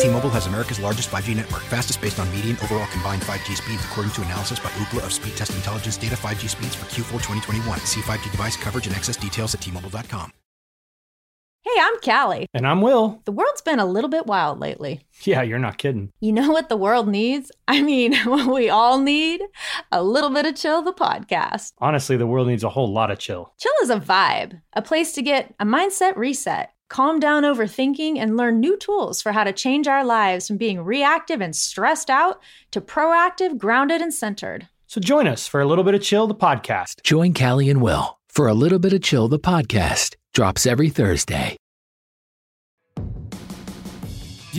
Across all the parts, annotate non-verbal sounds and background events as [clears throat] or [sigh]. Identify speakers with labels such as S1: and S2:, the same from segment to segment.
S1: T-Mobile has America's largest 5G network, fastest based on median overall combined 5G speeds, according to analysis by Ookla of Speed Test Intelligence data 5G speeds for Q4 2021. See 5G device coverage and access details at T-Mobile.com.
S2: Hey, I'm Callie.
S3: And I'm Will.
S2: The world's been a little bit wild lately.
S3: Yeah, you're not kidding.
S2: You know what the world needs? [laughs] I mean, what we all need? A little bit of Chill, the podcast.
S3: Honestly, the world needs a whole lot of chill.
S2: Chill is a vibe, a place to get a mindset reset calm down overthinking, and learn new tools for how to change our lives from being reactive and stressed out to proactive, grounded, and centered.
S3: So join us for a little bit of Chill, the podcast.
S4: Join Callie and Will for a little bit of Chill, the podcast. Drops every Thursday.
S5: Do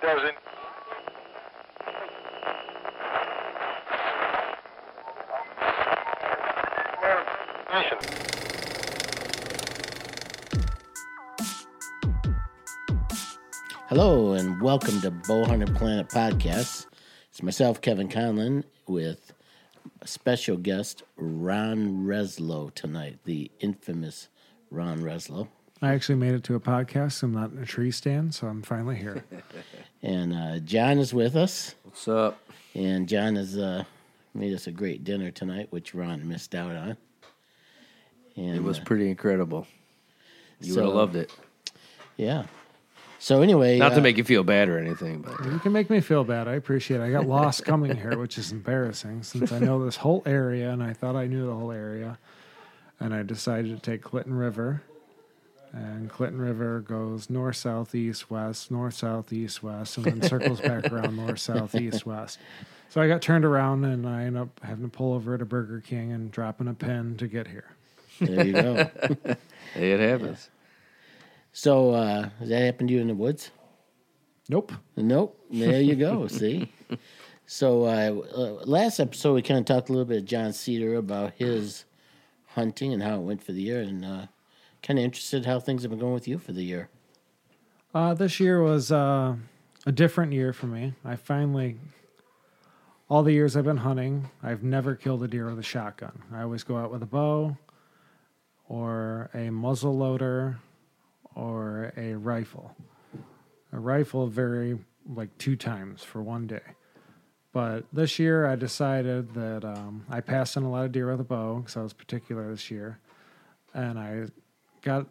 S6: doesn't. Listen.
S7: Hello and welcome to Bow Hunter Planet Podcast. It's myself, Kevin Conlon, with special guest Ron Reslow tonight, the infamous Ron Reslow.
S8: I actually made it to a podcast. I'm not in a tree stand, so I'm finally here.
S7: and uh, John is with us.
S9: What's up?
S7: And John has uh, made us a great dinner tonight, which Ron missed out on.
S9: And, it was uh, pretty incredible. You so, would have loved it.
S7: Yeah. So anyway,
S9: not uh, to make you feel bad or anything, but
S8: you can make me feel bad. I appreciate. it. I got lost coming here, which is embarrassing since I know this whole area and I thought I knew the whole area, and I decided to take Clinton River, and Clinton River goes north, south, east, west, north, south, east, west, and then circles back
S7: [laughs]
S8: around north, south, east, west. So I got turned around and I end up having to pull over at a Burger King and dropping a pin to get here.
S7: There you go.
S9: it happens. Yeah.
S7: So uh, has that happened to you in the woods?
S8: Nope.
S7: Nope. There you go. [laughs] see. So uh, uh, last episode we kind of talked a little bit of John Cedar about his hunting and how it went for the year, and kind of interested how things have been going with you for the year.
S8: Uh, this year was uh, a different year for me. I finally, all the years I've been hunting, I've never killed a deer with a shotgun. I always go out with a bow or a muzzle loader or a rifle. A rifle vary like two times for one day. But this year I decided that um, I passed on a lot of deer with a bow because I was particular this year. And I got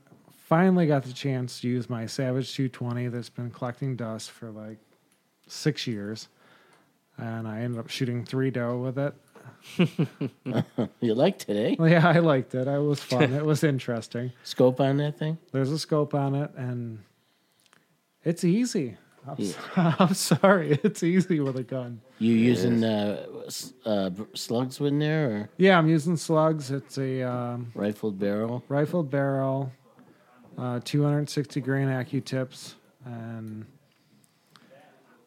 S8: finally got the chance to use my Savage 220 that's been collecting dust for like six years. And I ended up shooting three doe with it.
S7: you liked it, eh?
S8: Well, yeah, I liked it. It was
S7: [laughs]
S8: fun. It was interesting.
S7: scope on that thing?
S8: There's a scope on it, and it's easy. I'm, yeah. [laughs] I'm sorry, it's easy with a gun.
S7: You using uh, uh, slugs in there? Or?
S8: Yeah, I'm using slugs. It's a um,
S7: rifled barrel.
S8: Rifled barrel, uh, 260 grain AccuTips, and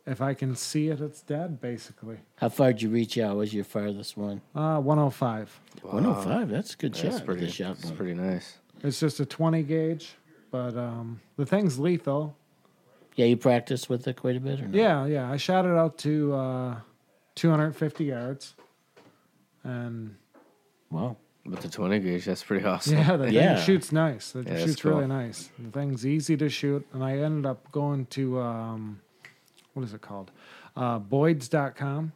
S8: if I can see it, it's dead, basically.
S7: How far did you reach out? Was your farthest one?
S8: Uh, 105.
S7: Wow. 105, that's a good that's shot.
S9: Pretty,
S7: good shot
S9: that's pretty nice.
S8: It's just a 20 gauge, but um, the thing's lethal.
S7: Yeah, you practiced with it quite a bit, or not?
S8: Yeah, yeah. I shot it out to uh, 250 yards. And.
S7: Wow.
S9: With the 20 gauge, that's
S8: [laughs]
S9: pretty awesome.
S8: Yeah, the thing yeah. shoots nice. It yeah, shoots cool. really nice. The thing's easy to shoot, and I ended up going to. Um, what is it called? Uh, Boyd's.com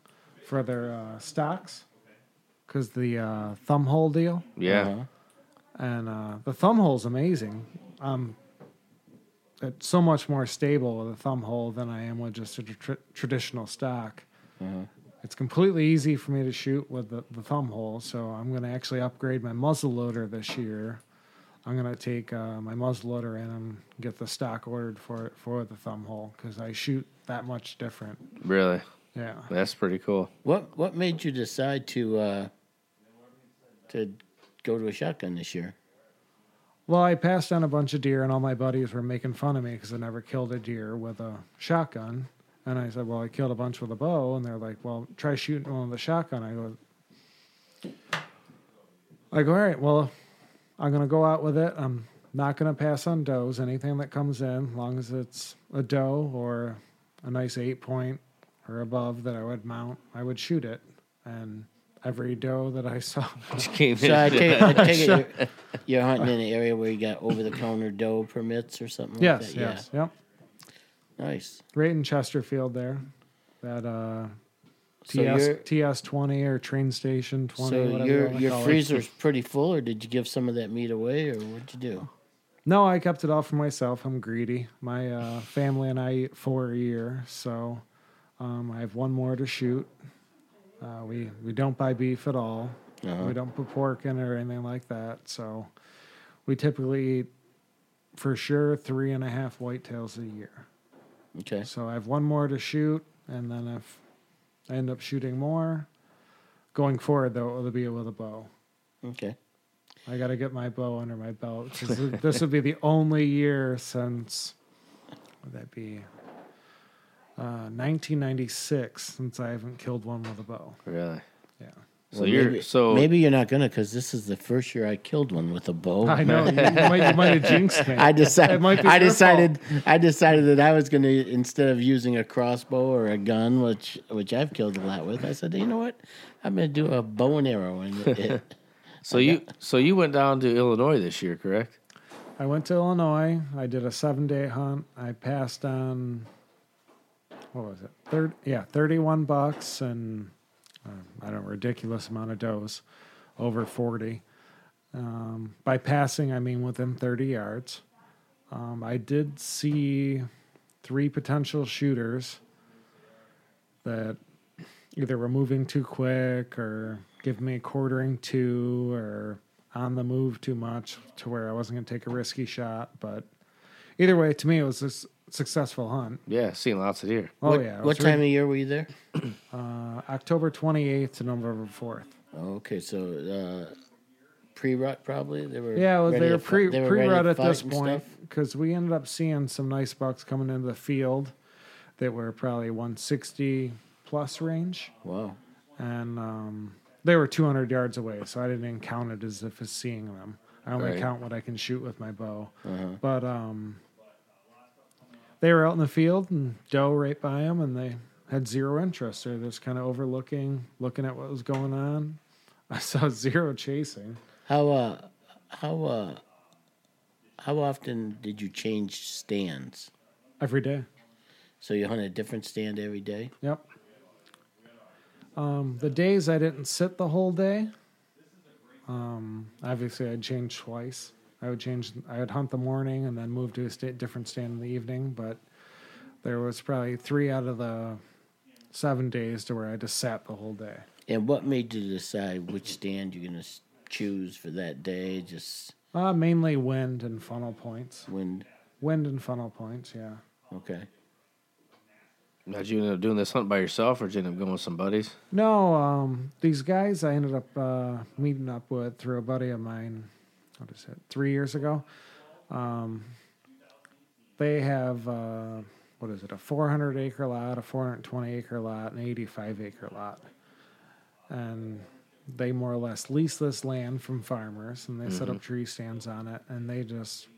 S8: for their uh, stocks because the uh, thumb hole deal.
S9: Yeah. Uh-huh.
S8: and uh, the thumb hole's amazing. Um, it's so much more stable with a thumb hole than I am with just a tra- traditional stock. Uh-huh. It's completely easy for me to shoot with the, the thumb hole, so I'm going to actually upgrade my muzzle loader this year. I'm gonna take uh, my muzzleloader in and get the stock ordered for it for the thumb hole because I shoot that much different.
S9: Really?
S8: Yeah.
S9: That's pretty cool.
S7: What What made you decide to uh, to go to a shotgun this year?
S8: Well, I passed on a bunch of deer, and all my buddies were making fun of me because I never killed a deer with a shotgun. And I said, "Well, I killed a bunch with a bow," and they're like, "Well, try shooting one with a shotgun." I go, "I go, all right. Well, I'm gonna go out with it. I'm not gonna pass on does. Anything that comes in, long as it's a doe or a nice eight point or above that I would mount, I would shoot it. And every doe that I saw [laughs]
S9: Just came
S7: So I take, I take it you're, you're hunting
S8: Uh.
S7: in an area where you got over the counter doe permits or something like
S8: Yes,
S7: that?
S8: yes, yep.
S7: Yeah. Nice.
S8: Right in Chesterfield there. That uh
S7: So
S8: TS
S7: you're-
S8: TS twenty or train station twenty.
S7: So
S8: whatever you
S7: your
S8: wanna
S7: your
S8: call it.
S7: freezer's pretty full, or did you give some of that meat away, or what'd you do?
S8: No, I kept it all for myself. I'm greedy. My uh, family and I eat four a year, so um, I have one more to shoot. Uh, we we don't buy beef at all.
S7: Uh-huh.
S8: We don't put pork in it or anything like that. So we typically eat for sure three and a half whitetails a year.
S7: Okay.
S8: So I have one more to shoot, and then if I end up shooting more, going forward though it'll be with a bow.
S7: Okay.
S8: I got to get my bow under my belt. 'cause this would be the only year since would that be uh, 1996 since I haven't killed one with a bow.
S9: Really?
S8: Yeah.
S9: So you're
S7: maybe,
S9: so
S7: maybe you're not gonna, because this is the first year I killed one with a bow.
S8: [laughs] I know you might, you might have jinxed me.
S7: I decided.
S8: It might
S7: [laughs]
S8: be
S7: I
S8: your
S7: decided. I decided that I was going to instead of using a crossbow or a gun, which which I've killed a lot with. I said, you know what? I'm going to do a bow and arrow. And it, it-
S9: [laughs] so
S7: [laughs]
S9: you so you went down to Illinois this year, correct?
S8: fault. I went to Illinois. I did a seven day hunt. I passed on what was it? Third, yeah, 31 bucks and uh, I don't know, ridiculous amount of does, over 40. Um, by passing, I mean within 30 yards. Um, I did see three potential shooters that either were moving too quick or giving me a quartering two or on the move too much to where I wasn't going to take a risky shot. But either way, to me, it was a s- successful hunt.
S9: Yeah, seen lots of deer.
S8: Oh,
S7: what,
S8: yeah. it was
S7: What time of year were you there?
S8: uh, October 28th to November 4th.
S7: Oh, okay, so uh, pre-rut probably. They were.
S8: Yeah, well,
S7: ready
S8: they
S7: to
S8: were
S7: fi-
S8: pre
S7: they were
S8: pre
S7: ready to
S8: rut at
S7: fight
S8: this
S7: and
S8: point
S7: stuff?
S8: because we ended up seeing some nice bucks coming into the field that were probably 160 plus range,
S7: Wow.
S8: and um, they were 200 yards away, so I didn't even count it as if it's seeing them. I only
S9: Right.
S8: count what I can shoot with my bow,
S7: Uh-huh.
S8: but um, they were out in the field and doe right by them, and they had zero interest. They're just kind of overlooking, looking at what was going on. [laughs] I saw zero chasing.
S7: How uh, how uh, how often did you change stands?
S8: Every day.
S7: So you hunt a different stand every day.
S8: Yep. Um, the days I didn't sit the whole day, um, obviously I'd change twice. I would change. I would hunt the morning and then move to a sta- different stand in the evening. But there was probably three out of the seven days to where I just sat the whole day.
S7: And what made you decide which stand you're going to choose for that day? Just
S8: Uh, mainly wind and funnel points.
S7: when?
S8: Wind and funnel points. Yeah.
S7: Okay.
S9: Now, did you end up doing this hunt by yourself, or did you end up going with some buddies?
S8: No, um, these guys I ended up uh, meeting up with through a buddy of mine. What is it? Three years ago. Um, they have uh, what is it? A 400 acre lot, a 420 acre lot, an 85 acre lot, and they more or less lease this land from farmers, and they set up tree stands on it, and they just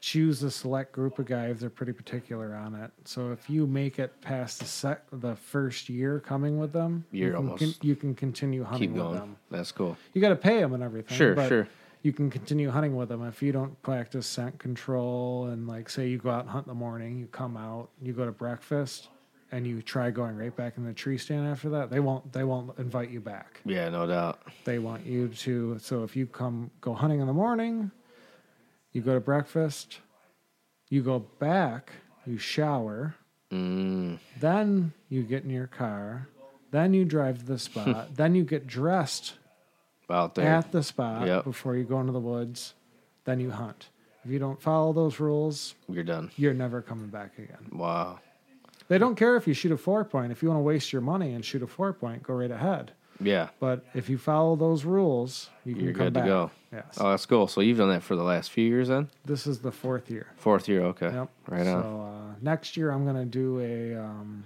S8: choose a select group of guys. They're pretty particular on it. So if you make it past the sec- the first year coming with them,
S9: Year
S8: you can,
S9: almost.
S8: you can continue hunting
S9: Keep
S8: with
S9: going.
S8: them.
S9: That's cool.
S8: You got to pay them and everything.
S9: Sure,
S8: but
S9: sure.
S8: You can continue hunting with them if you don't practice scent control and like say you go out and hunt in the morning, you come out, you go to breakfast, and you try going right back in the tree stand after that. They won't. They won't invite you back
S9: Yeah, no doubt.
S8: they want you to so if you come go hunting in the morning you go to breakfast you go back you shower
S9: Mm,
S8: then you get in your car then you drive to
S9: [laughs]
S8: the spot then you get dressed
S9: out there.
S8: at the spot
S9: Yep.
S8: before you go into the woods then you hunt if you don't follow those rules
S9: You're done.
S8: you're never coming back again
S9: Wow.
S8: they don't care if you shoot a four point if you want to waste your money and shoot a four point go right ahead
S9: Yeah.
S8: But if you follow those rules, you can
S9: You're
S8: come
S9: good
S8: back.
S9: to go.
S8: Yes.
S9: Oh, that's cool. So you've done that for the last few years then?
S8: This is the fourth year.
S9: Fourth year, okay.
S8: Yep.
S9: Right
S8: so,
S9: on.
S8: uh, next year I'm gonna do a um,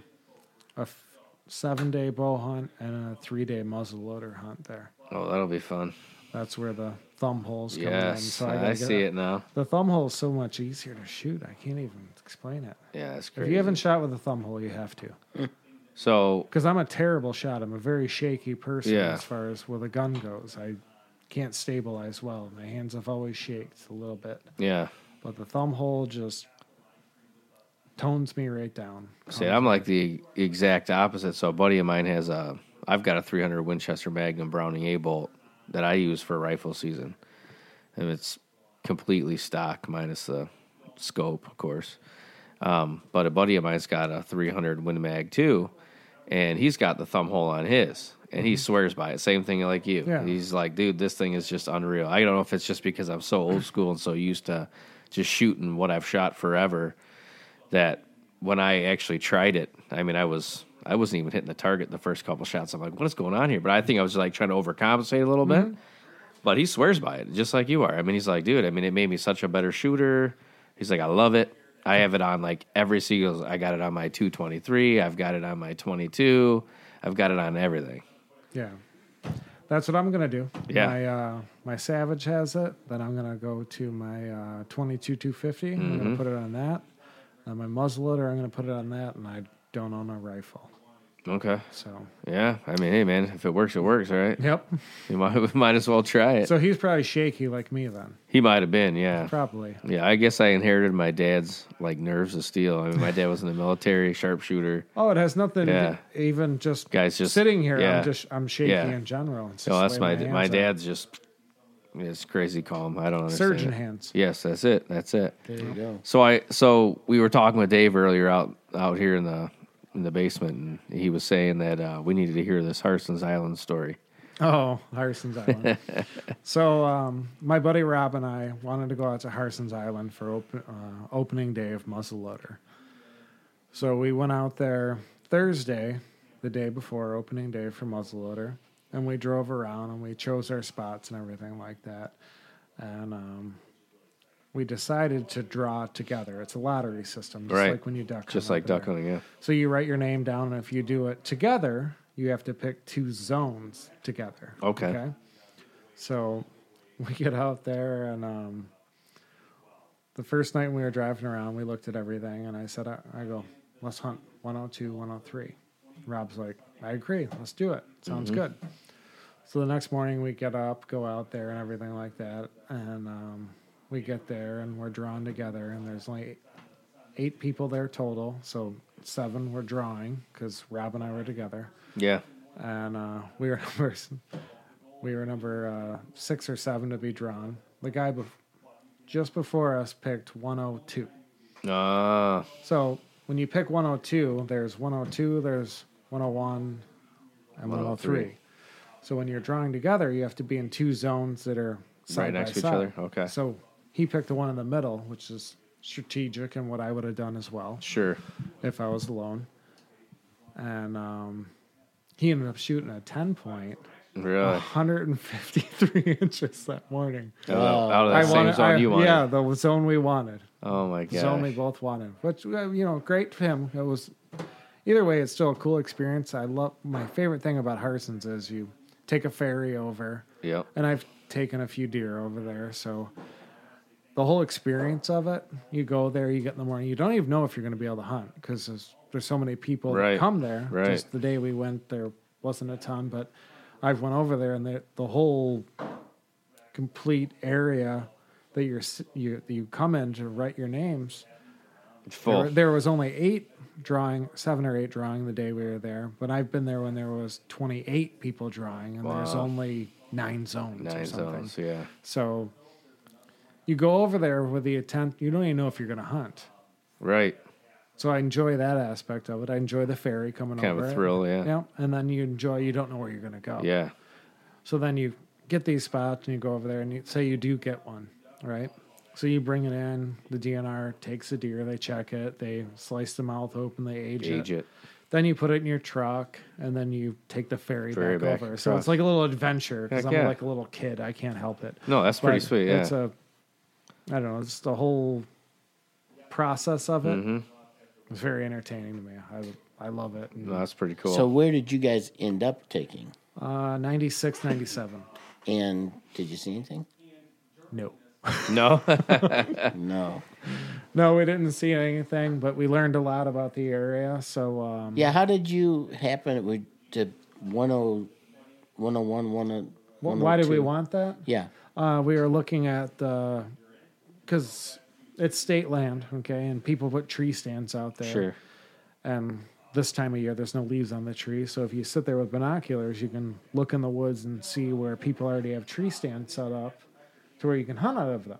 S8: a f- seven day bow hunt and a three day muzzleloader hunt there.
S9: Oh, that'll be fun.
S8: That's where the thumb holes come in.
S9: Yes,
S8: So
S9: I
S8: gotta get
S9: see it now.
S8: The thumb hole is so much easier to shoot. I can't even explain it.
S9: Yeah, that's
S8: If you
S9: crazy.
S8: haven't shot with a thumb hole, you have to.
S9: So
S8: Because I'm a terrible shot. I'm a very shaky person
S9: Yeah.
S8: as far as where the gun goes. I can't stabilize well. My hands have always shaked a little bit.
S9: yeah.
S8: But the thumb hole just tones me right down.
S9: See, I'm like the exact opposite. So, a buddy of mine has a, I've got a 300 Winchester Magnum Browning A bolt that I use for rifle season, and it's completely stock minus the scope, of course. Um, but a buddy of mine's got a 300 Win Mag too, and he's got the thumb hole on his, and he swears by it. Same thing like you.
S8: Yeah.
S9: He's like, dude, this thing is just unreal. I don't know if it's just because I'm so old school and so used to just shooting what I've shot forever that when I actually tried it, I mean, I was I wasn't even hitting the target the first couple shots. I'm like, what is going on here? But I think I was like trying to overcompensate a little bit. But he swears by it, just like you are. I mean, he's like, dude. I mean, it made me such a better shooter. He's like, I love it. I have it on like every single. I got it on my 223. I've got it on my 22. I've got it on everything.
S8: Yeah. That's what I'm gonna do.
S9: Yeah.
S8: My uh, my Savage has it. Then I'm gonna go to my uh, 22 250. I'm gonna
S9: Mhm.
S8: put it on that. Then my muzzleloader. I'm gonna put it on that. And I don't own a rifle.
S9: Okay.
S8: So.
S9: Yeah. I mean, hey, man, if it works, it works, right?
S8: Yep.
S9: You might [laughs] might as well try it.
S8: So he's probably shaky like me then.
S9: He might have been, yeah.
S8: Probably.
S9: Yeah, I guess I inherited my dad's like nerves of steel. I mean, my dad was in the military, sharpshooter.
S8: [laughs] Oh, it has nothing.
S9: Yeah.
S8: Even just
S9: Guys, just
S8: sitting here,
S9: yeah.
S8: I'm just I'm shaky
S9: Yeah.
S8: in general. It's
S9: No,
S8: just
S9: that's
S8: the
S9: my
S8: way
S9: my,
S8: hands are.
S9: dad's just it's crazy calm. I don't understand.
S8: Surgeon
S9: it.
S8: hands.
S9: Yes, that's it. That's it.
S7: There you go.
S9: So I so we were talking with Dave earlier out out here in the in the basement, and he was saying that uh, we needed to hear this Harson's Island story.
S8: Oh, Harson's Island. so, um, my buddy Rob and I wanted to go out to Harson's Island for open, uh, opening day of muzzleloader. So we went out there Thursday, the day before opening day for muzzleloader, and we drove around and we chose our spots and everything like that. And um, we decided to draw together. It's a lottery system, just
S9: right,
S8: like when you duck.
S9: just
S8: hunt
S9: like
S8: up there.
S9: duck hunting. Yeah,
S8: So you write your name down, and if you do it together, you have to pick two zones together.
S9: Okay.
S8: So [laughs] we get out there, and um, the first night we were driving around, we looked at everything, and I said, I, I go, let's hunt 102, 103. Rob's like, I agree, let's do it. Sounds
S9: Mhm.
S8: good. So the next morning we get up, go out there, and everything like that. And um, we get there, and we're drawn together, and there's only eight people there total. So seven were drawing because Rob and I were together,
S9: yeah.
S8: and uh, we were [laughs] number we were number uh, six or seven to be drawn. The guy bef- just before us picked 102.
S9: Ah,
S8: So when you pick 102, there's 102, there's 101, and 103.
S9: 103.
S8: So when you're drawing together, you have to be in two zones that are side
S9: Right
S8: by
S9: next to each
S8: side.
S9: other? Okay.
S8: So he picked the one in the middle, which is strategic and what I would have done as well
S9: sure.
S8: if I was alone. And um, he ended up shooting a 10 point,
S9: Really?
S8: 153 [laughs] inches that morning.
S9: Out of the- out of that same
S8: wanted-
S9: zone you wanted.
S8: Yeah, the zone we wanted.
S9: Oh my
S8: The zone we
S9: god.
S8: both wanted, which, uh, you know, great for him. It was, either way, it's still a cool experience. I love, my favorite thing about Harson's is you take a ferry over,
S9: Yep.
S8: and I've taken a few deer over there. So the whole experience of it, you go there, you get in the morning, you don't even know if you're going to be able to hunt because there's, there's so many people
S9: Right,
S8: that come there.
S9: right.
S8: Just the day we went, there wasn't a ton, but I've went over there and the, the whole complete area that you're, s- you, that you come in to write your names.
S9: It's
S8: There,
S9: full.
S8: were- there was only eight drawing, seven or eight drawing the day we were there, but I've been there when there was 28 people drawing and there's
S9: Wow.
S8: only nine zones. or
S9: Nine
S8: something.
S9: zones. Yeah.
S8: So you go over there with the intent, you don't even know if you're going to hunt.
S9: Right.
S8: So I enjoy that aspect of it. I enjoy the ferry coming
S9: Kind of
S8: over.
S9: a
S8: it.
S9: thrill, yeah.
S8: Yeah. And then you enjoy, you don't know where you're going to go.
S9: Yeah.
S8: So then you get these spots and you go over there and you, say you do get one, right? So you bring it in, the DNR takes the deer, they check it, they slice the mouth open, they age,
S9: Age
S8: it.
S9: it.
S8: Then you put it in your truck, and then you take the ferry,
S9: Ferry
S8: back,
S9: back
S8: over. So
S9: across.
S8: it's like a little adventure because
S9: Heck
S8: I'm
S9: yeah.
S8: like a little kid. I can't help it.
S9: No, that's pretty sweet, yeah.
S8: it's a, I don't know, it's the whole process of it.
S9: Mhm.
S8: It's very entertaining to me. I I love it. And,
S9: No, that's pretty cool.
S7: So where did you guys end up taking?
S8: uh, 96, 97.
S7: And did you
S9: [laughs]
S7: see anything?
S8: No. [laughs]
S9: no,
S7: No.
S8: No, we didn't see anything, but we learned a lot about the area. So um,
S7: Yeah, how did you happen with oh, to 10 101 10
S8: wh- why did we
S7: 102?
S8: want that?
S7: oh, Yeah.
S8: Uh, we were looking at the because it's state land, okay, and people put tree stands out there.
S9: sure.
S8: And this time of year, there's no leaves on the tree, so if you sit there with binoculars, you can look in the woods and see where people already have tree stands set up to where you can hunt out of them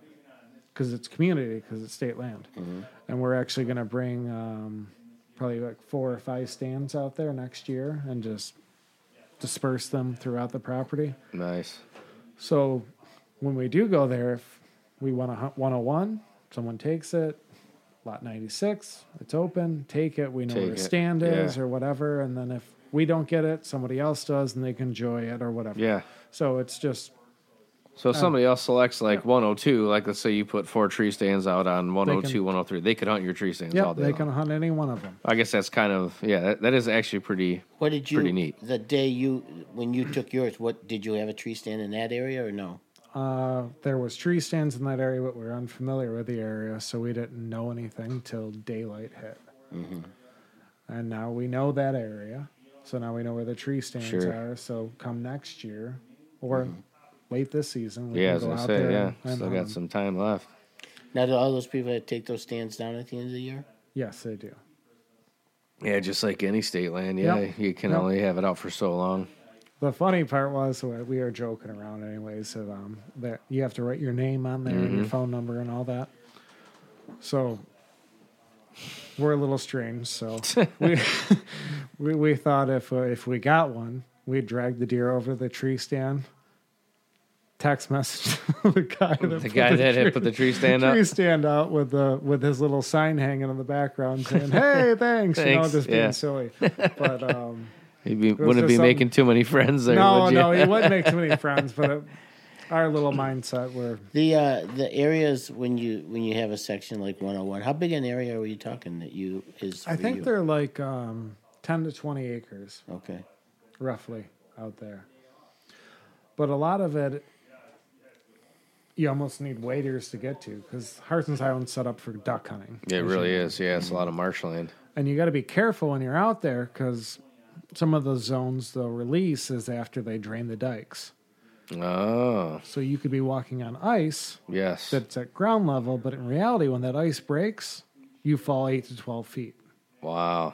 S8: because it's community because it's state land.
S9: Mm-hmm.
S8: And we're actually going to bring um, probably like four or five stands out there next year and just disperse them throughout the property.
S9: Nice.
S8: So when we do go there, if we want to hunt 101, someone takes it, lot 96, it's open, take it, we know where
S9: Take
S8: the
S9: it,
S8: stand is
S9: yeah.
S8: or whatever. And then if we don't get it, somebody else does and they can enjoy it or whatever.
S9: Yeah.
S8: So it's just,
S9: So if somebody else selects like 102, like let's say you put four tree stands out on 102, 103, they could hunt your tree stands
S8: yeah,
S9: all day.
S8: they
S9: long.
S8: can hunt any one of them.
S9: I guess that's kind of yeah. That, that is actually pretty.
S7: What did you
S9: Pretty neat.
S7: the day you when you took yours, what did you have a tree stand in that area or no?
S8: Uh, there was tree stands in that area, but we were unfamiliar with the area, so we didn't know anything till daylight hit.
S9: Mm-hmm.
S8: And now we know that area, so now we know where the tree stands
S9: Sure. Mm-hmm.
S8: are. So come next year or late this season, we
S9: Yeah, I
S8: can
S9: was
S8: go
S9: gonna
S8: out
S9: say
S8: there.
S9: yeah.
S8: and um,
S9: Still
S8: hunt
S9: got
S8: 'em.
S9: some time left.
S7: Now do all those people that take those stands down at the end of the year?
S8: Yes, they do.
S9: Yeah, just like any state land. Yeah,
S8: Yep.
S9: you can
S8: Yep.
S9: only have it out for so long.
S8: The funny part was we we were joking around anyways that um that you have to write your name on there
S9: Mm-hmm.
S8: and your phone number and all that. So we're a little strange.
S9: [laughs]
S8: So we we, we thought if uh, if we got one, we'd drag the deer over to the tree stand. Text message [laughs] to the guy that
S9: The
S8: put
S9: guy that
S8: tree-
S9: had put the tree stand up.
S8: tree stand out with the with his little sign hanging in the background
S9: [laughs]
S8: saying, "Hey, thanks,", you know,
S9: Thanks,
S8: just being
S9: yeah. [laughs]
S8: silly. But um,
S9: He'd be,
S8: was
S9: wouldn't
S8: just
S9: be
S8: something-
S9: making too many friends there.
S8: no,
S9: would you?
S8: no, he wouldn't make
S9: [laughs]
S8: too many friends, but it, our little mindset were
S7: The uh, the areas when you when you have a section like 101, how big an area are you talking that you is?
S8: I
S7: for
S8: think
S7: you?
S8: they're like um, 10 to 20 acres
S7: okay.
S8: roughly out there. But a lot of it you almost need waders to get to because Harson's Island's set up for duck hunting.
S9: It really is. Yeah, it's a lot of marshland.
S8: And you got to be careful when you're out there because some of the zones they'll release is after they drain the dikes.
S9: Oh,
S8: So you could be walking on ice
S9: yes.
S8: that's at ground level, but in reality, when that ice breaks, you fall eight to 12 feet.
S9: wow.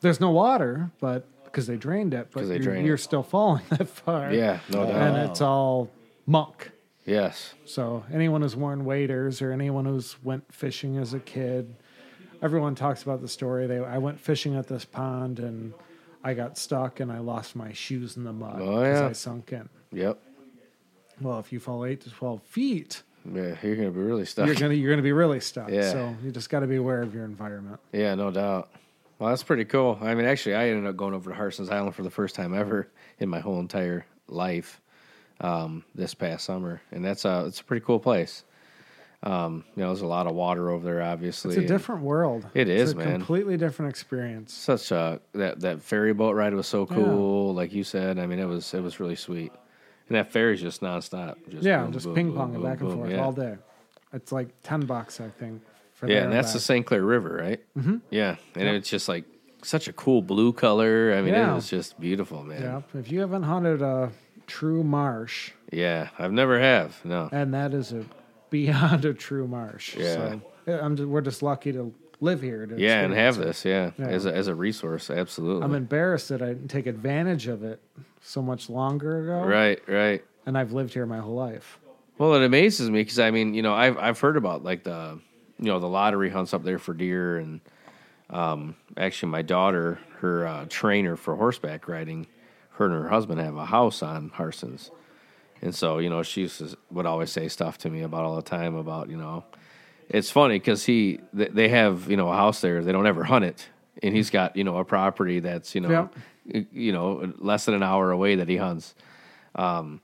S8: There's no water, but because they drained it, but
S9: 'Cause they
S8: you're,
S9: drain
S8: you're
S9: it.
S8: still falling [laughs] that far.
S9: Yeah, no doubt.
S8: And it's all muck.
S9: Yes.
S8: So anyone who's worn waders or anyone who's went fishing as a kid, everyone talks about the story. They I went fishing at this pond and I got stuck and I lost my shoes in the mud
S9: Oh, yeah.
S8: I sunk in.
S9: Yep.
S8: Well, if you fall eight to twelve feet,
S9: Yeah, you're gonna be really stuck.
S8: you're gonna you're gonna be really stuck.
S9: Yeah.
S8: So you just got to be aware of your environment.
S9: Yeah, no doubt. Well, that's pretty cool. I mean, actually, I ended up going over to Harson's Island for the first time ever in my whole entire life um, this past summer, and that's a it's a pretty cool place. Um, you know, there's a lot of water over there, obviously.
S8: It's a
S9: and
S8: different world.
S9: It
S8: It's
S9: is,
S8: a
S9: man.
S8: Completely different experience.
S9: Such a that that ferry boat ride was so cool, like you said. I mean, it was it was really sweet, and that ferry's just nonstop. Just
S8: yeah,
S9: boom,
S8: just
S9: boom,
S8: ping
S9: boom,
S8: ponging
S9: boom,
S8: back and
S9: boom,
S8: forth
S9: yeah.
S8: all day. It's like ten bucks, I think. For
S9: Yeah,
S8: there
S9: and that's the
S8: back.
S9: St. Clair River, right? Mm-hmm. Yeah, and it's just like such a cool blue color. I mean,
S8: Yeah.
S9: it was just beautiful, man.
S8: Yep. If you haven't hunted a true marsh,
S9: Yeah, I've never have. No.
S8: and that is a beyond a true marsh.
S9: Yeah.
S8: So yeah, I'm just, we're just lucky to live here. To
S9: Yeah, and
S8: experience
S9: have
S8: it.
S9: this. Yeah,
S8: Yeah.
S9: as a, as a resource, absolutely.
S8: I'm embarrassed that I didn't take advantage of it so much longer ago.
S9: right, right.
S8: And I've lived here my whole life.
S9: Well, it amazes me because I mean, you know, I've I've heard about like the, you know, the lottery hunts up there for deer, and um, actually, my daughter, her uh, trainer for horseback riding, her and her husband have a house on Harson's, and so you know, she used to, would always say stuff to me about all the time about you know, it's funny because he they, they have you know a house there, they don't ever hunt it, and he's got you know a property that's you know you know less than an hour away that he hunts. Um,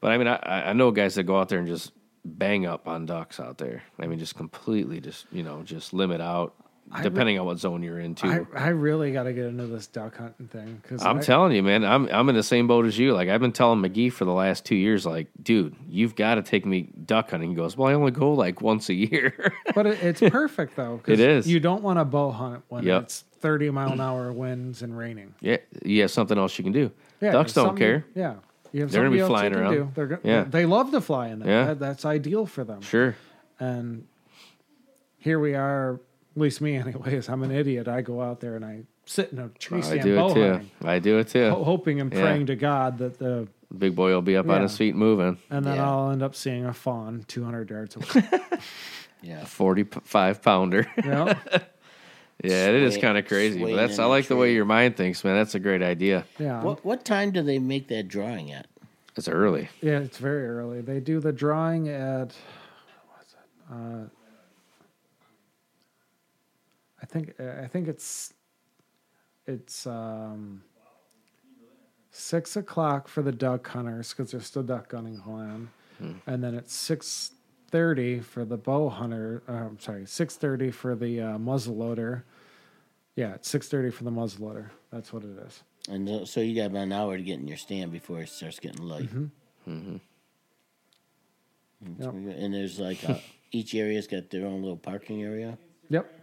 S9: but I mean, I, I know guys that go out there and just bang up on ducks out there. I mean, just completely just you know just limit out
S8: I
S9: depending on what zone you're into.
S8: I, I really got to get into this duck hunting thing because
S9: I'm telling you, man, I'm I'm in the same boat as you. Like I've been telling McGee for the last two years, like, dude, you've got to take me duck hunting. He goes, well, I only go like once a year. [laughs]
S8: But it, it's perfect though. 'cause
S9: It is.
S8: You don't want to bow hunt when
S9: Yep.
S8: it's 30 mile an hour winds and raining.
S9: yeah, you have something else you can do.
S8: Yeah,
S9: Ducks
S8: there's
S9: don't
S8: something-
S9: care.
S8: Yeah, you have
S9: They're
S8: something
S9: gonna be
S8: else you
S9: flying
S8: can
S9: around.
S8: do. They're go-
S9: Yeah.
S8: they love to fly in there.
S9: Yeah.
S8: That- that's ideal for them.
S9: Sure.
S8: And here we are. At least me, [laughs] anyways. I'm an idiot. I go out there and I sit in a tree
S9: I
S8: stand
S9: do
S8: bow
S9: it too.
S8: hunting,
S9: I do it too.
S8: ho- hoping and
S9: Yeah.
S8: praying to God that the
S9: Big boy will be up on
S8: Yeah.
S9: his feet moving.
S8: and then I'll end up seeing a fawn 200
S9: [laughs]
S8: yards away.
S9: A 45 pounder.
S8: [laughs] yeah.
S9: yeah, it is
S7: Sway-
S9: kind of crazy. But
S7: swaying
S9: that's
S7: in
S9: I
S7: a
S9: like the way
S7: tree.
S9: your mind thinks, man. That's a great idea.
S8: Yeah.
S7: What what time do they make that drawing at?
S9: It's early.
S8: Yeah, it's very early. They do the drawing at what's it? Uh, I think I think it's it's um, six o'clock for the duck hunters because they're still duck hunting on,
S7: Hmm.
S8: and then it's six thirty for the bow hunter. Uh, I'm sorry, six thirty for the uh, muzzle loader. Yeah, it's six thirty for the muzzle loader. That's what it is.
S7: And uh, so you got about an hour to get in your stand before it starts getting light.
S8: Mm-hmm.
S7: Mm-hmm.
S8: Yep.
S7: And there's like
S8: [laughs]
S7: a, each area's got their own little parking area.
S8: Yep.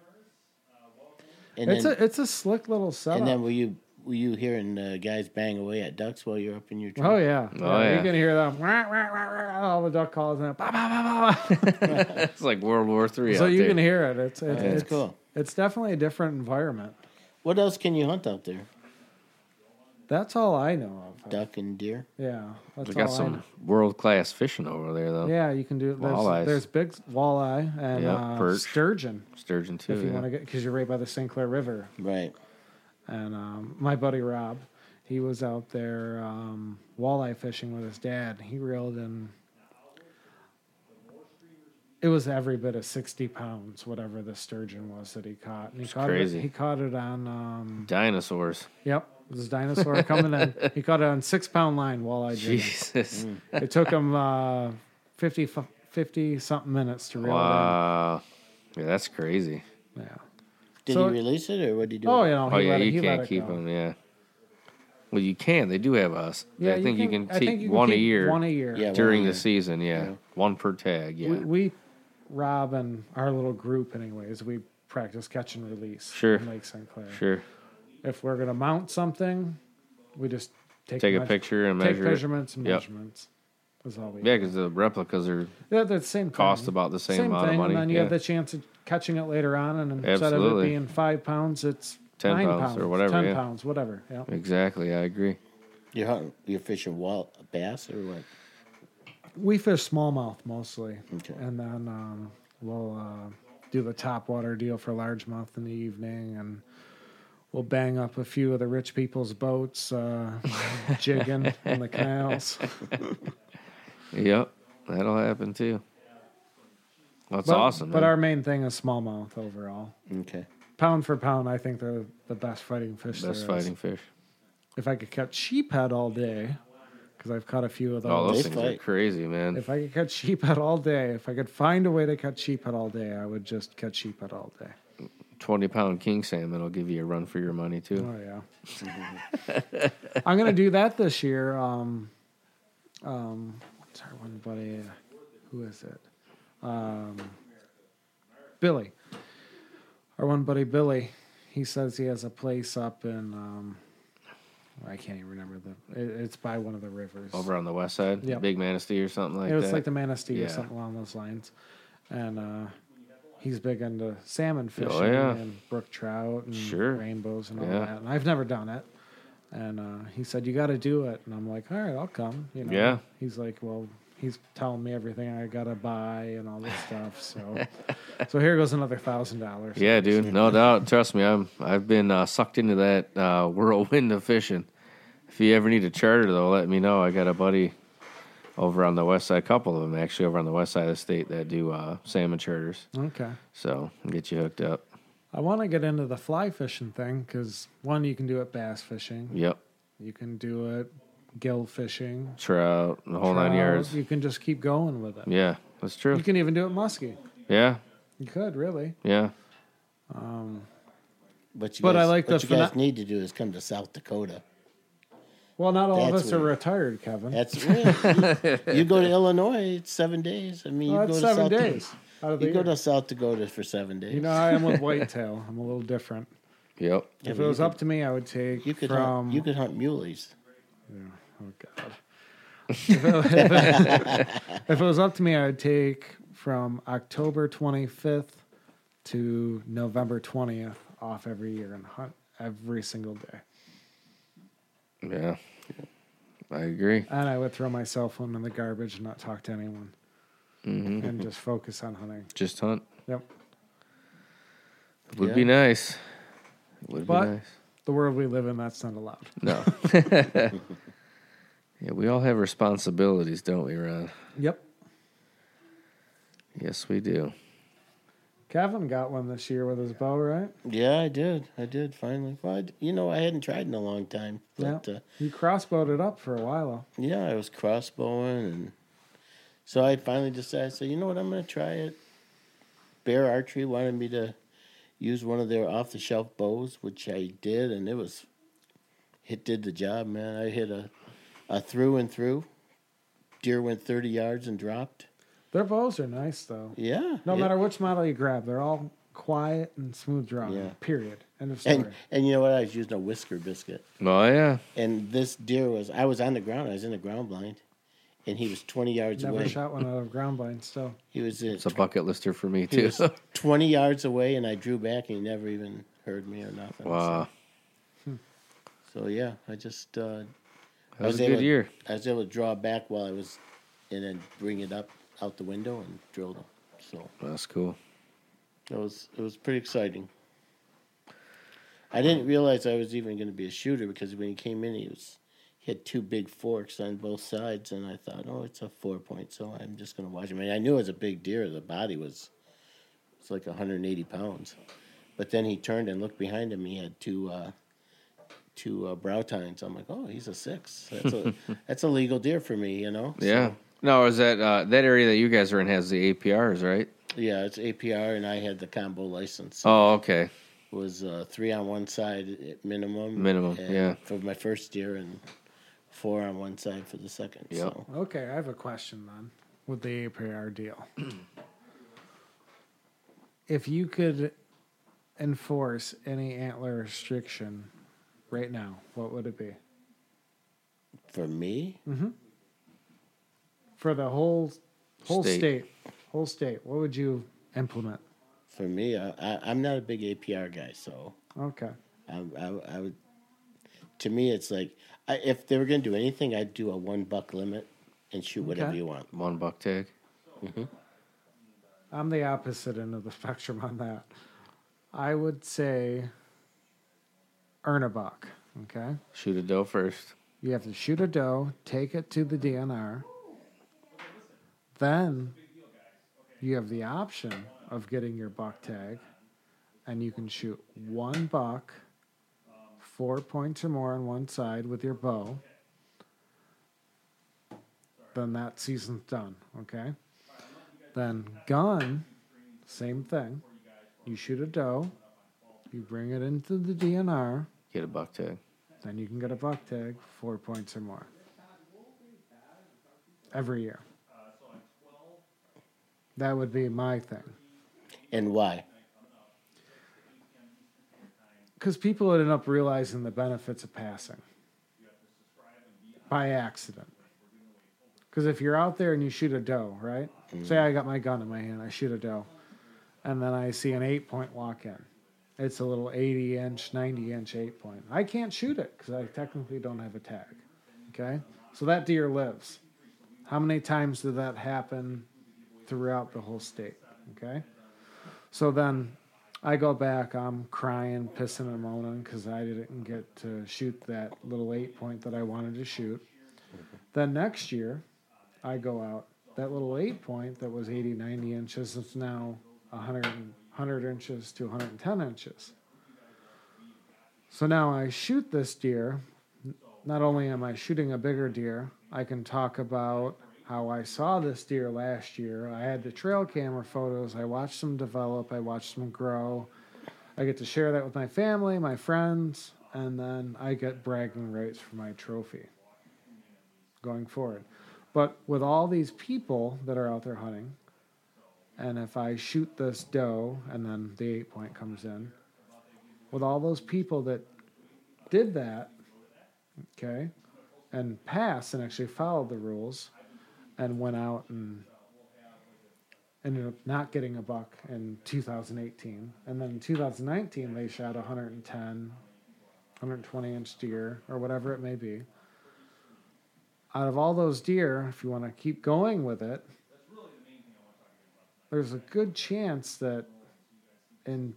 S7: And
S8: it's
S7: then,
S8: a it's a slick little setup.
S7: and then were you were you hearing uh, guys bang away at ducks while you're up in your tree?
S8: Oh yeah.
S9: Oh,
S8: yeah,
S9: yeah.
S8: You can hear them "Wah, wah, wah, wah," all the duck calls and bah, bah, bah, bah, bah.
S9: [laughs] It's like World War Three.
S8: so
S9: out
S8: you
S9: there.
S8: can hear it. It's it,
S7: that's
S8: it's
S7: cool.
S8: It's definitely a different environment.
S7: What else can you hunt out there?
S8: That's all I know of.
S7: Duck and deer.
S8: Yeah, that's
S9: They
S8: all
S9: got
S8: I know.
S9: some world class fishing over there though.
S8: Yeah, you can do. There's,
S9: Walleyes.
S8: there's big walleye and
S9: Yep,
S8: uh,
S9: perch.
S8: sturgeon
S9: Sturgeon too.
S8: if you
S9: yeah.
S8: want to get because you're right by the St. Clair River.
S7: Right.
S8: And um, my buddy Rob, he was out there um, walleye fishing with his dad. and He reeled in. It was every bit of sixty pounds, whatever the sturgeon was that he caught. And he caught
S9: crazy.
S8: it. He caught it on. Um,
S9: Dinosaurs.
S8: yep, it was a dinosaur coming
S9: [laughs]
S8: in. He caught it on six pound line walleye. jigging.
S9: Jesus.
S7: Mm.
S8: It took him uh, 50, 50 something minutes to reel
S9: Wow. Yeah, that's crazy.
S8: it in. Yeah.
S7: Did
S8: So-
S7: he release it or what did he do?
S8: Oh
S7: with it?
S8: yeah. no, he
S9: Oh yeah,
S8: let it-
S9: you
S8: he let
S9: can't
S8: it
S9: keep
S8: go.
S9: them. Yeah. Well, you can. They do have us.
S8: Yeah,
S9: I think you can,
S8: I
S9: take
S8: think you
S9: one a
S8: keep
S9: year
S8: One a year.
S7: Yeah, one
S9: during
S7: a
S9: the
S7: year.
S9: season. Yeah. one per tag. Yeah,
S8: we, we rob and our little group anyways we practice catch and release
S9: Sure.
S8: in lake st clair
S9: sure.
S8: if we're going to mount something we just take,
S9: Take a
S8: meas-
S9: picture and
S8: take
S9: measure. it.
S8: measurements and
S9: Yep.
S8: measurements is all we
S9: Yeah, because the replicas are
S8: yeah that's the same
S9: cost
S8: thing.
S9: about the same, amount
S8: thing
S9: of money.
S8: and then you
S9: yeah.
S8: have the chance of catching it later on and instead of it
S9: Absolutely.
S8: being five pounds it's
S9: 10
S8: nine
S9: pounds
S8: pounds,
S9: or whatever,
S8: 10
S9: yeah.
S8: pounds whatever yeah
S9: exactly. I agree.
S7: You're hunting, you're fishing wall bass or what?
S8: we fish smallmouth mostly
S7: Okay.
S8: and then um, we'll uh, do the top water deal for largemouth in the evening and we'll bang up a few of the rich people's
S9: [laughs]
S8: boats uh, jigging in the canals
S9: Yep, that'll happen too. That's
S8: but,
S9: awesome.
S8: but
S9: man.
S8: our main thing is smallmouth overall
S7: Okay.
S8: pound for pound i think they're the best fighting
S9: best
S8: fish there is.
S9: fighting fish.
S8: if i could catch sheephead all day because i've caught a few of those,
S9: Oh, those
S7: they
S9: things are
S7: fight.
S9: crazy, man.
S8: if i could catch sheephead all day if i could find a way to catch sheephead all day i would just catch sheephead all day
S9: Twenty pound king salmon will give you a run for your money too.
S8: Oh yeah. [laughs] I'm gonna do that this year. Um, um, what's our one buddy? Who is it? Um, Billy. Our one buddy Billy. He says he has a place up in. Um, I can't even remember the. It, it's by one of the rivers.
S9: Over on the west side,
S8: Yep.
S9: Big Manistee or something like
S8: it was
S9: that.
S8: like the Manistee
S9: Yeah.
S8: or something along those lines, and uh, he's big into salmon fishing
S9: Oh, yeah.
S8: and brook trout and
S9: Sure.
S8: rainbows and all
S9: Yeah.
S8: that. And I've never done it. And uh, he said, "You got to do it." And I'm like, "All right, I'll come." You know.
S9: Yeah.
S8: He's like, "Well." He's telling me everything I gotta buy and all this stuff.
S9: [laughs]
S8: So, so here goes another thousand dollars.
S9: Yeah, dude, no doubt. Trust me, I'm I've been uh, sucked into that uh, whirlwind of fishing. If you ever need a charter, though, let me know. I got a buddy over on the west side, a couple of them actually over on the west side of the state that do uh, salmon charters,
S8: Okay.
S9: so I'll get you hooked up.
S8: I want to get into the fly fishing thing because one, you can do it bass fishing.
S9: Yep.
S8: You can do it gill fishing.
S9: Trout, the whole nine
S8: trout.
S9: yards.
S8: You can just keep going with it.
S9: Yeah, that's
S8: You
S9: true.
S8: can even do it musky.
S9: Yeah,
S8: You could really.
S9: yeah.
S8: Um,
S7: But you
S8: But I
S7: guys,
S8: like
S7: what
S8: the
S7: you guys
S8: pheno-
S7: need to do is come to South Dakota.
S8: well, not all
S7: That's
S8: of us are
S7: weird.
S8: retired, Kevin.
S7: That's well, you, you go to Illinois, it's seven days. I mean,
S8: Well,
S7: you go
S8: that's
S7: to
S8: seven
S7: South
S8: days. Out
S7: Dakota.
S8: of the
S7: You go
S8: year.
S7: to South Dakota for seven days.
S8: You know, I am with whitetail. I'm a little different.
S9: Yep.
S7: Yeah,
S8: if
S7: but
S8: it
S7: you
S8: was
S7: could-
S8: up to me, I would take
S7: you could
S8: from.
S7: hunt, you could hunt muleys.
S8: Oh God. if, it, if it was up to me, I would take from October 25th to November 20th off every year and hunt every single day.
S9: Yeah. I agree.
S8: And I would throw my cell phone in the garbage and not talk to anyone and just focus on hunting.
S9: Mm-hmm. Just hunt.
S8: Yep.
S9: Would be nice. Would
S8: But-
S9: be nice.
S8: The world we live in, that's not allowed.
S9: No. yeah, we all have responsibilities, don't we, Ron?
S8: Yep.
S9: Yes, we do.
S8: Kevin got one this year with his bow, right?
S7: Yeah, I did. I did finally. Well, I d you know, I hadn't tried in a long time. But,
S8: yeah.
S7: uh,
S8: He crossbowed it up for a while.
S7: yeah, I was crossbowing, and so I finally decided. So you know what, I'm going to try it. Bear Archery wanted me to use one of their off-the-shelf bows, which I did, and it was it did the job, man. I hit a a through and through. Deer went 30 yards and dropped.
S8: Their bows are nice, though.
S7: Yeah,
S8: No
S7: it-
S8: matter which model you grab, they're all quiet and smooth drawing.
S7: Yeah.
S8: Period. End of story.
S7: And and you know what? I was using a whisker biscuit.
S9: Oh yeah.
S7: and this deer was I was on the ground, I was in the ground blind, and he was twenty yards
S8: Never
S7: away.
S8: shot one out of ground blind. So
S7: He was at,
S9: It's a bucket lister for me
S7: he
S9: too. [laughs]
S7: was twenty yards away, and I drew back, and he never even heard me or nothing.
S9: wow.
S7: So, so, yeah, I just uh,
S9: That was a
S7: able,
S9: good year.
S7: I was able to draw back while I was, and then bring it up out the window and drilled him. So
S9: That's cool.
S7: it was it was pretty exciting. I didn't realize I was even going to be a shooter because when he came in, he was he had two big forks on both sides, and I thought, oh, it's a four point, so I'm just going to watch him. And I knew it was a big deer; the body was it's like 180 pounds. But then he turned and looked behind him. He had two uh, two uh, brow tines. I'm like, oh, he's a six.
S9: [laughs]
S7: That's a that's a legal deer for me, you know. So,
S9: Yeah. No, is that uh, that area that you guys are in has the APRs, right?
S7: yeah, it's APR, and I had the combo license.
S9: Oh, okay.
S7: was uh, three on one side at minimum.
S9: Minimum,
S7: and-
S9: yeah.
S7: For my first year and four on one side for the second.
S9: Yep.
S7: So
S8: okay, I have a question then with the APR deal. [clears throat] if you could enforce any antler restriction right now, what would it be
S7: for me,
S8: for the whole whole
S9: State.
S8: state? Whole state. What would you implement?
S7: for me, I, I, I'm not a big APR guy, so
S8: Okay.
S7: I, I, I would. To me, it's like I, if they were going to do anything, I'd do a one buck limit and shoot whatever
S8: Okay.
S7: you want.
S9: One buck tag.
S8: I'm the opposite end of the [laughs] spectrum on that. I would say earn a buck. Okay.
S9: Shoot a doe first.
S8: You have to shoot a doe, take it to the DNR. Then you have the option of getting your buck tag, and you can shoot one buck, four points or more on one side with your bow. Then that season's done, okay? Then gun, same thing. You shoot a doe, you bring it into the DNR,
S9: Get a buck tag.
S8: then you can get a buck tag, four points or more. Every year. That would be my thing.
S7: And why?
S8: Because people ended up realizing the benefits of passing by accident. Because if you're out there and you shoot a doe, right? Say I got my gun in my hand, I shoot a doe, and then I see an eight point walk in. It's a little 80 inch, 90 inch eight point. I can't shoot it because I technically don't have a tag. Okay? So that deer lives. How many times did that happen throughout the whole state? Okay? So then I go back, I'm crying, pissing and moaning because I didn't get to shoot that little eight point that I wanted to shoot. Then next year, I go out. That little eight point that was 80, 90 inches is now 100, and- 100
S10: 100 inches to 110 inches. So now I shoot this deer. N- Not only am I shooting a bigger deer, I can talk about how I saw this deer last year. I had the trail camera photos. I watched them develop. I watched them grow. I get to share that with my family, my friends, and then I get bragging rights for my trophy going forward. But with all these people that are out there hunting, and if I shoot this doe and then the eight point comes in, with all those people that did that, okay, and passed and actually followed the rules and went out and ended up not getting a buck in 2018. And then in 2019, they shot 110, 120 inch deer or whatever it may be. Out of all those deer, if you want to keep going with it, there's a good chance that in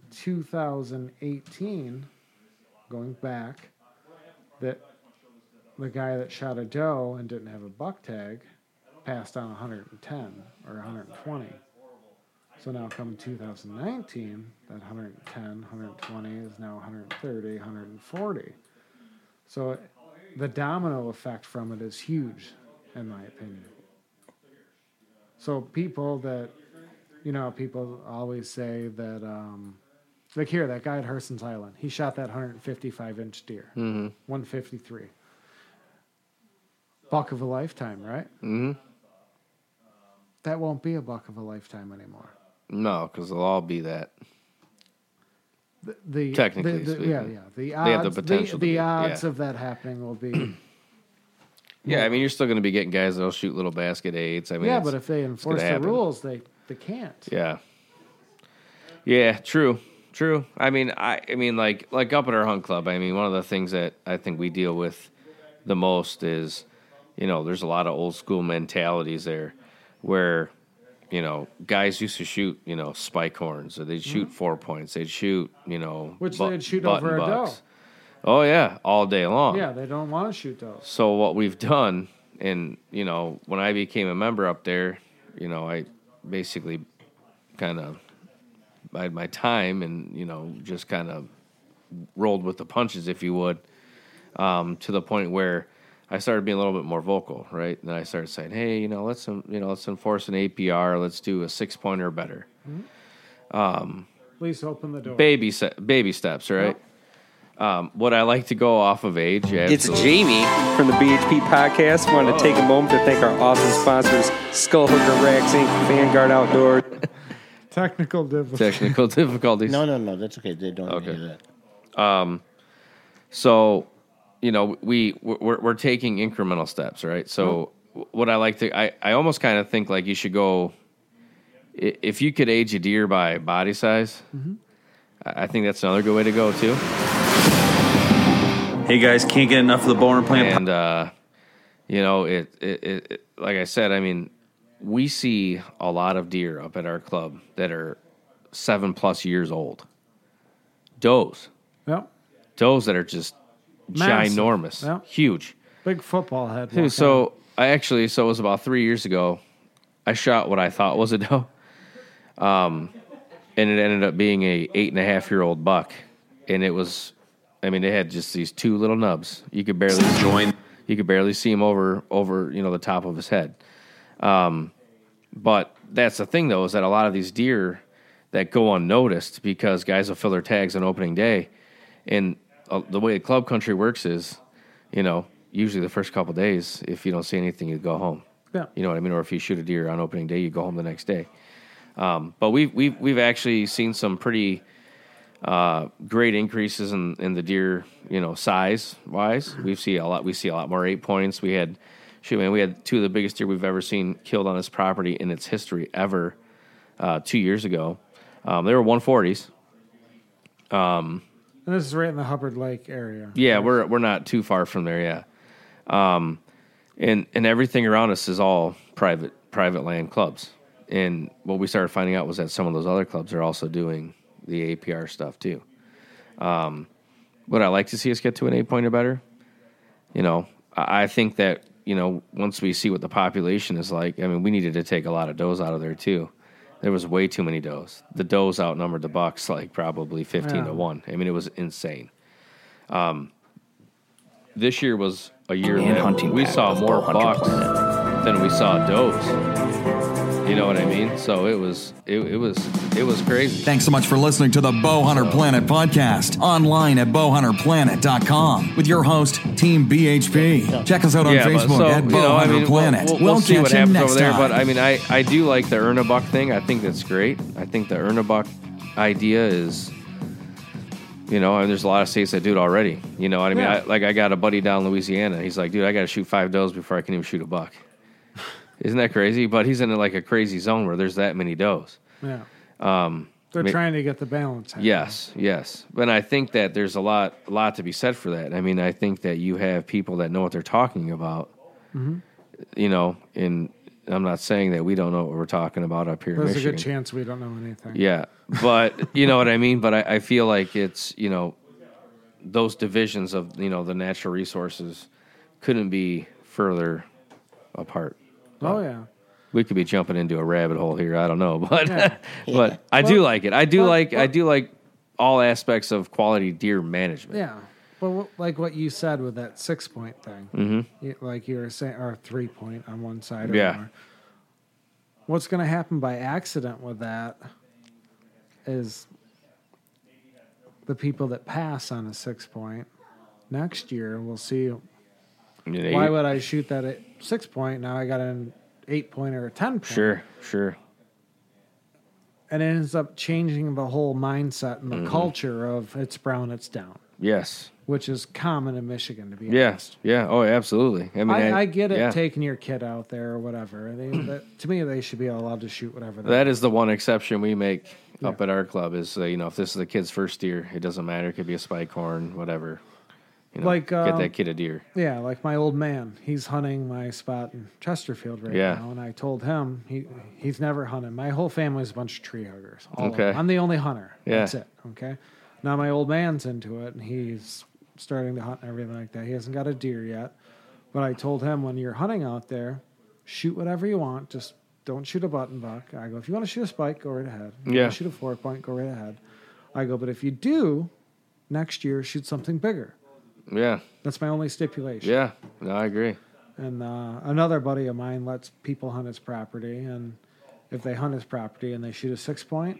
S10: 2018, going back, that the guy that shot a doe and didn't have a buck tag passed on 110 or 120. So now, come 2019, that 110, 120 is now 130, 140. So it- the domino effect from it is huge, in my opinion. So people that, you know, people always say that, um, like here, that guy at Herson's Island, he shot that 155 inch deer, 153. Buck of a lifetime, right?
S8: Mm-hmm.
S10: That won't be a buck of a lifetime anymore.
S8: No, because they'll all be that.
S10: The, the
S8: Technically
S10: the, the,
S8: speaking.
S10: yeah, yeah. The odds,
S8: They have the potential to
S10: the,
S8: be,
S10: odds
S8: yeah.
S10: of that happening
S8: [clears throat]
S10: will be
S8: Yeah, I mean, you're still going to be getting guys that'll shoot little basket eights. I mean,
S10: yeah.
S8: it's-
S10: But if they
S8: it's gonna
S10: enforce the
S8: happen.
S10: rules, they they can't.
S8: Yeah. Yeah, true. True. I mean, I I mean like like up at our hunt club, I mean, one of the things that I think we deal with the most is you know, there's a lot of old school mentalities there where you know, guys used to shoot, you know, spike horns or they'd shoot four points, they'd shoot, you know,
S10: Mm-hmm. Which
S8: bu-
S10: they'd shoot
S8: button
S10: over a doe.
S8: bucks. Oh yeah, all day long.
S10: Yeah, they don't want to shoot those.
S8: So what we've done, and you know, when I became a member up there, you know, I basically kind of I had my time and you know just kind of rolled with the punches, if you would, um, to the point where I started being a little bit more vocal, right? And then I started saying, hey, you know, let's um, you know let's enforce an APR, let's do a six pointer better
S10: Please open the door.
S8: baby se- baby steps, right? Um, would I like to go off of age?
S3: It's
S8: Absolutely.
S3: Jamie from the BHP podcast. Wanted to take a moment to thank our awesome sponsors, Skull Hooker Racks Inc., Vanguard Outdoor.
S10: Technical difficulty.
S8: technical [laughs] difficulties.
S7: No, no, no. That's okay. They don't need
S8: Okay.
S7: that.
S8: So, you know, we we're, we're taking incremental steps,
S3: Uh-huh.
S8: right? So, what I like to, I I almost kind of think like you should go, i- if you could age a deer by body size,
S3: Mm-hmm.
S8: I I think that's another good way to go too.
S3: Hey guys, can't get enough of the Boner Plant
S8: and uh, you know it, it, it, it- like i said i mean we see a lot of deer up at our club that are seven plus years old does
S10: Yep.
S8: does that are just
S10: Massive.
S8: ginormous
S10: Yep.
S8: huge
S10: Big football head.
S8: Dude,
S10: walking.
S8: so I actually, so it was about three years ago. I shot what I thought was a doe, [laughs] um, and it ended up being a eight and a half year old buck, and it was, I mean, they had just these two little nubs. You could barely join. You could barely see him over over you know the top of his head. Um, but that's the thing though is that a lot of these deer that go unnoticed because guys will fill their tags on opening day, and uh, the way club country works is you know, usually the first couple days, if you don't see anything, you go home.
S10: Yeah.
S8: You know what I mean? Or if you shoot a deer on opening day, you go home the next day. Um, but we've we've we've actually seen some pretty uh, great increases in, in the deer, you know, size wise. We see a lot. We see a lot more eight points. We had, shoot man, we had two of the biggest deer we've ever seen killed on this property in its history ever. Uh, two years ago, um, they were one forties.
S10: and this is right in the Hubbard Lake area.
S8: Yeah, we're we're not too far from there. Yeah, um, and and everything around us is all private private land clubs. And what we started finding out was that some of those other clubs are also doing the APR stuff too. Um, would I like to see us get to an eight point or better? You know, I, I think that you know once we see what the population is like, I mean, we needed to take a lot of does out of there too. There was way too many does. The does outnumbered the bucks like probably fifteen
S11: Yeah.
S8: to one. I mean, it was insane. Um, this year was a year
S9: Man
S8: that
S9: hunting
S8: we
S9: pack
S8: saw
S9: of
S8: more
S9: Bow Hunter
S8: bucks than we saw does. You know what I mean? So it was it, it was it was crazy.
S5: Thanks so much for listening to the Bowhunter Planet podcast online at bowhunterplanet.com with your host Team BHP. Check us out on
S8: yeah, but
S5: Facebook
S8: so,
S5: at Bowhunter
S8: you know, I mean, we'll-
S5: Planet.
S8: We'll, we'll see
S5: catch
S8: what
S5: you
S8: happens
S5: next
S8: over there.
S5: time.
S8: But I mean, I, I do like the earn a buck thing. I think that's great. I think the earn a buck idea is, you know, and there's a lot of states that do it already. You know what I mean?
S11: Yeah.
S8: I, like I got a buddy down in Louisiana. He's like, dude, I got to shoot five does before I can even shoot a buck. [laughs] Isn't that crazy? But he's in like a crazy zone where there's that many does.
S3: Yeah.
S8: Um,
S3: They're
S8: ma-
S3: trying to get the balance. out.
S8: Yes, yes. And I think that there's a lot, a lot to be said for that. I mean, I think that you have people that know what they're talking about.
S3: Mhm.
S8: You know, and I'm not saying that we don't know what we're talking about up here in
S3: There's a
S8: Michigan.
S3: good chance we don't know anything.
S8: Yeah, but [laughs] you know what I mean. But I, I feel like it's you know those divisions of you know the natural resources couldn't be further apart.
S3: Oh yeah.
S8: We could be jumping into a rabbit hole here. I don't know, [laughs] but
S3: Yeah.
S8: but I do
S3: Well-
S8: like it. I do
S3: well-
S8: like I
S3: well-
S8: do like all aspects of quality deer management.
S3: Yeah. But what, like what you said with that six point thing,
S8: Mhm.
S3: you, like you were saying, or three point on one side. Or
S8: Yeah.
S3: more. What's going to happen by accident with that is the people that pass on a six point next year will see
S8: You know,
S3: why
S8: you-
S3: would I shoot that at six point? Now I got an eight point or a ten point.
S8: Sure, sure.
S3: And it ends up changing the whole mindset and the
S8: Mhm.
S3: culture of it's brown, it's down,
S8: Yes.
S3: which is common in Michigan to be
S8: Yes. Yeah. Oh, absolutely. I
S3: I,
S8: mean,
S3: I, get it
S8: yeah.
S3: taking your kid out there or whatever. They, that, to me, they should be allowed to shoot whatever. They
S8: That is the one exception we make up at our club is uh, you know if this is the kid's first deer, it doesn't matter. It could be a spike horn, whatever. You know,
S3: Like,
S8: get
S3: um,
S8: that kid a deer.
S3: Yeah, like my old man. He's hunting my spot in Chesterfield right
S8: Yeah.
S3: now, and I told him he he's never hunted. My whole family's a bunch of tree huggers. all of
S8: Okay.
S3: them. I'm the only hunter.
S8: Yeah.
S3: That's it. Okay. Now my old man's into it, and he's starting to hunt and everything like that. He hasn't got a deer yet, but I told him when you're hunting out there, shoot whatever you want. Just don't shoot a button buck. I go if you want to shoot a spike, go right ahead. If you
S8: Yeah.
S3: wanna Shoot a four point, go right ahead. I go, but if you do, next year shoot something bigger.
S8: Yeah.
S3: That's my only stipulation.
S8: Yeah. No, I agree.
S3: And uh, another buddy of mine lets people hunt his property, and if they hunt his property and they shoot a six point,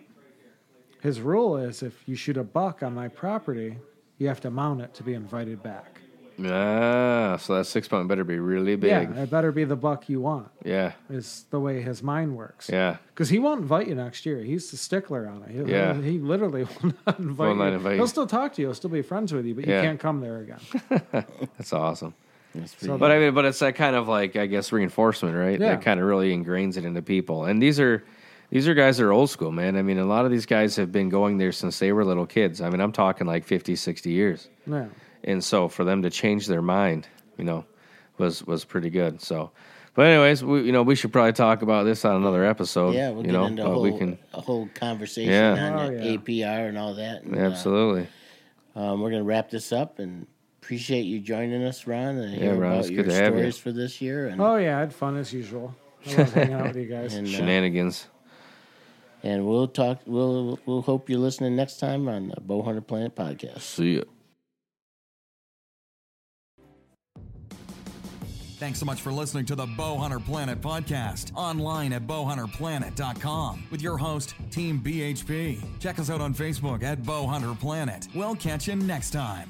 S3: his rule is if you shoot a buck on my property, you have to mount it to be invited back.
S8: Ah, so that six point better be really big.
S3: Yeah, it better be the buck you want.
S8: Yeah.
S3: Is the way his mind works.
S8: Yeah.
S3: Because he won't invite you next year. He's the stickler on it. He,
S8: Yeah.
S3: he literally [laughs] will not invite
S8: Will not
S3: you.
S8: invite you.
S3: He'll still talk to you. He'll still be friends with you, but
S8: Yeah.
S3: you can't come there again.
S8: That's awesome.
S3: pretty
S8: but I mean, but it's that kind of like I guess reinforcement, right?
S3: Yeah.
S8: That kind of really ingrains it into people. And these are these are guys that are old school, man. I mean, a lot of these guys have been going there since they were little kids. I mean, I'm talking like 50, 60 years.
S3: Yeah.
S8: And so for them to change their mind, you know, was was pretty good. So, but anyways, we you know we should probably talk about this on another episode.
S7: Yeah, we'll get
S8: you know,
S7: into a
S8: but
S7: whole,
S8: we can
S7: a whole conversation
S8: Yeah.
S7: on
S8: Oh,
S7: the
S8: yeah.
S7: APR and all that. and, uh,
S8: absolutely.
S7: um, we're going to wrap this up and appreciate you joining us, Ron. And
S8: Yeah,
S7: hear
S8: Ron,
S7: about
S8: it's good
S7: your
S8: to have you.
S7: stories for this year. And,
S3: Oh, yeah, I had fun as usual. I love hanging out with you guys.
S7: And, uh,
S8: Shenanigans.
S7: and we'll talk. We'll we'll hope you're listening next time on the Bowhunter Planet podcast.
S8: See ya.
S5: Thanks so much for listening to the Bowhunter Planet podcast online at bowhunterplanet.com with your host Team BHP. Check us out on Facebook at Bowhunter Planet. We'll catch you next time.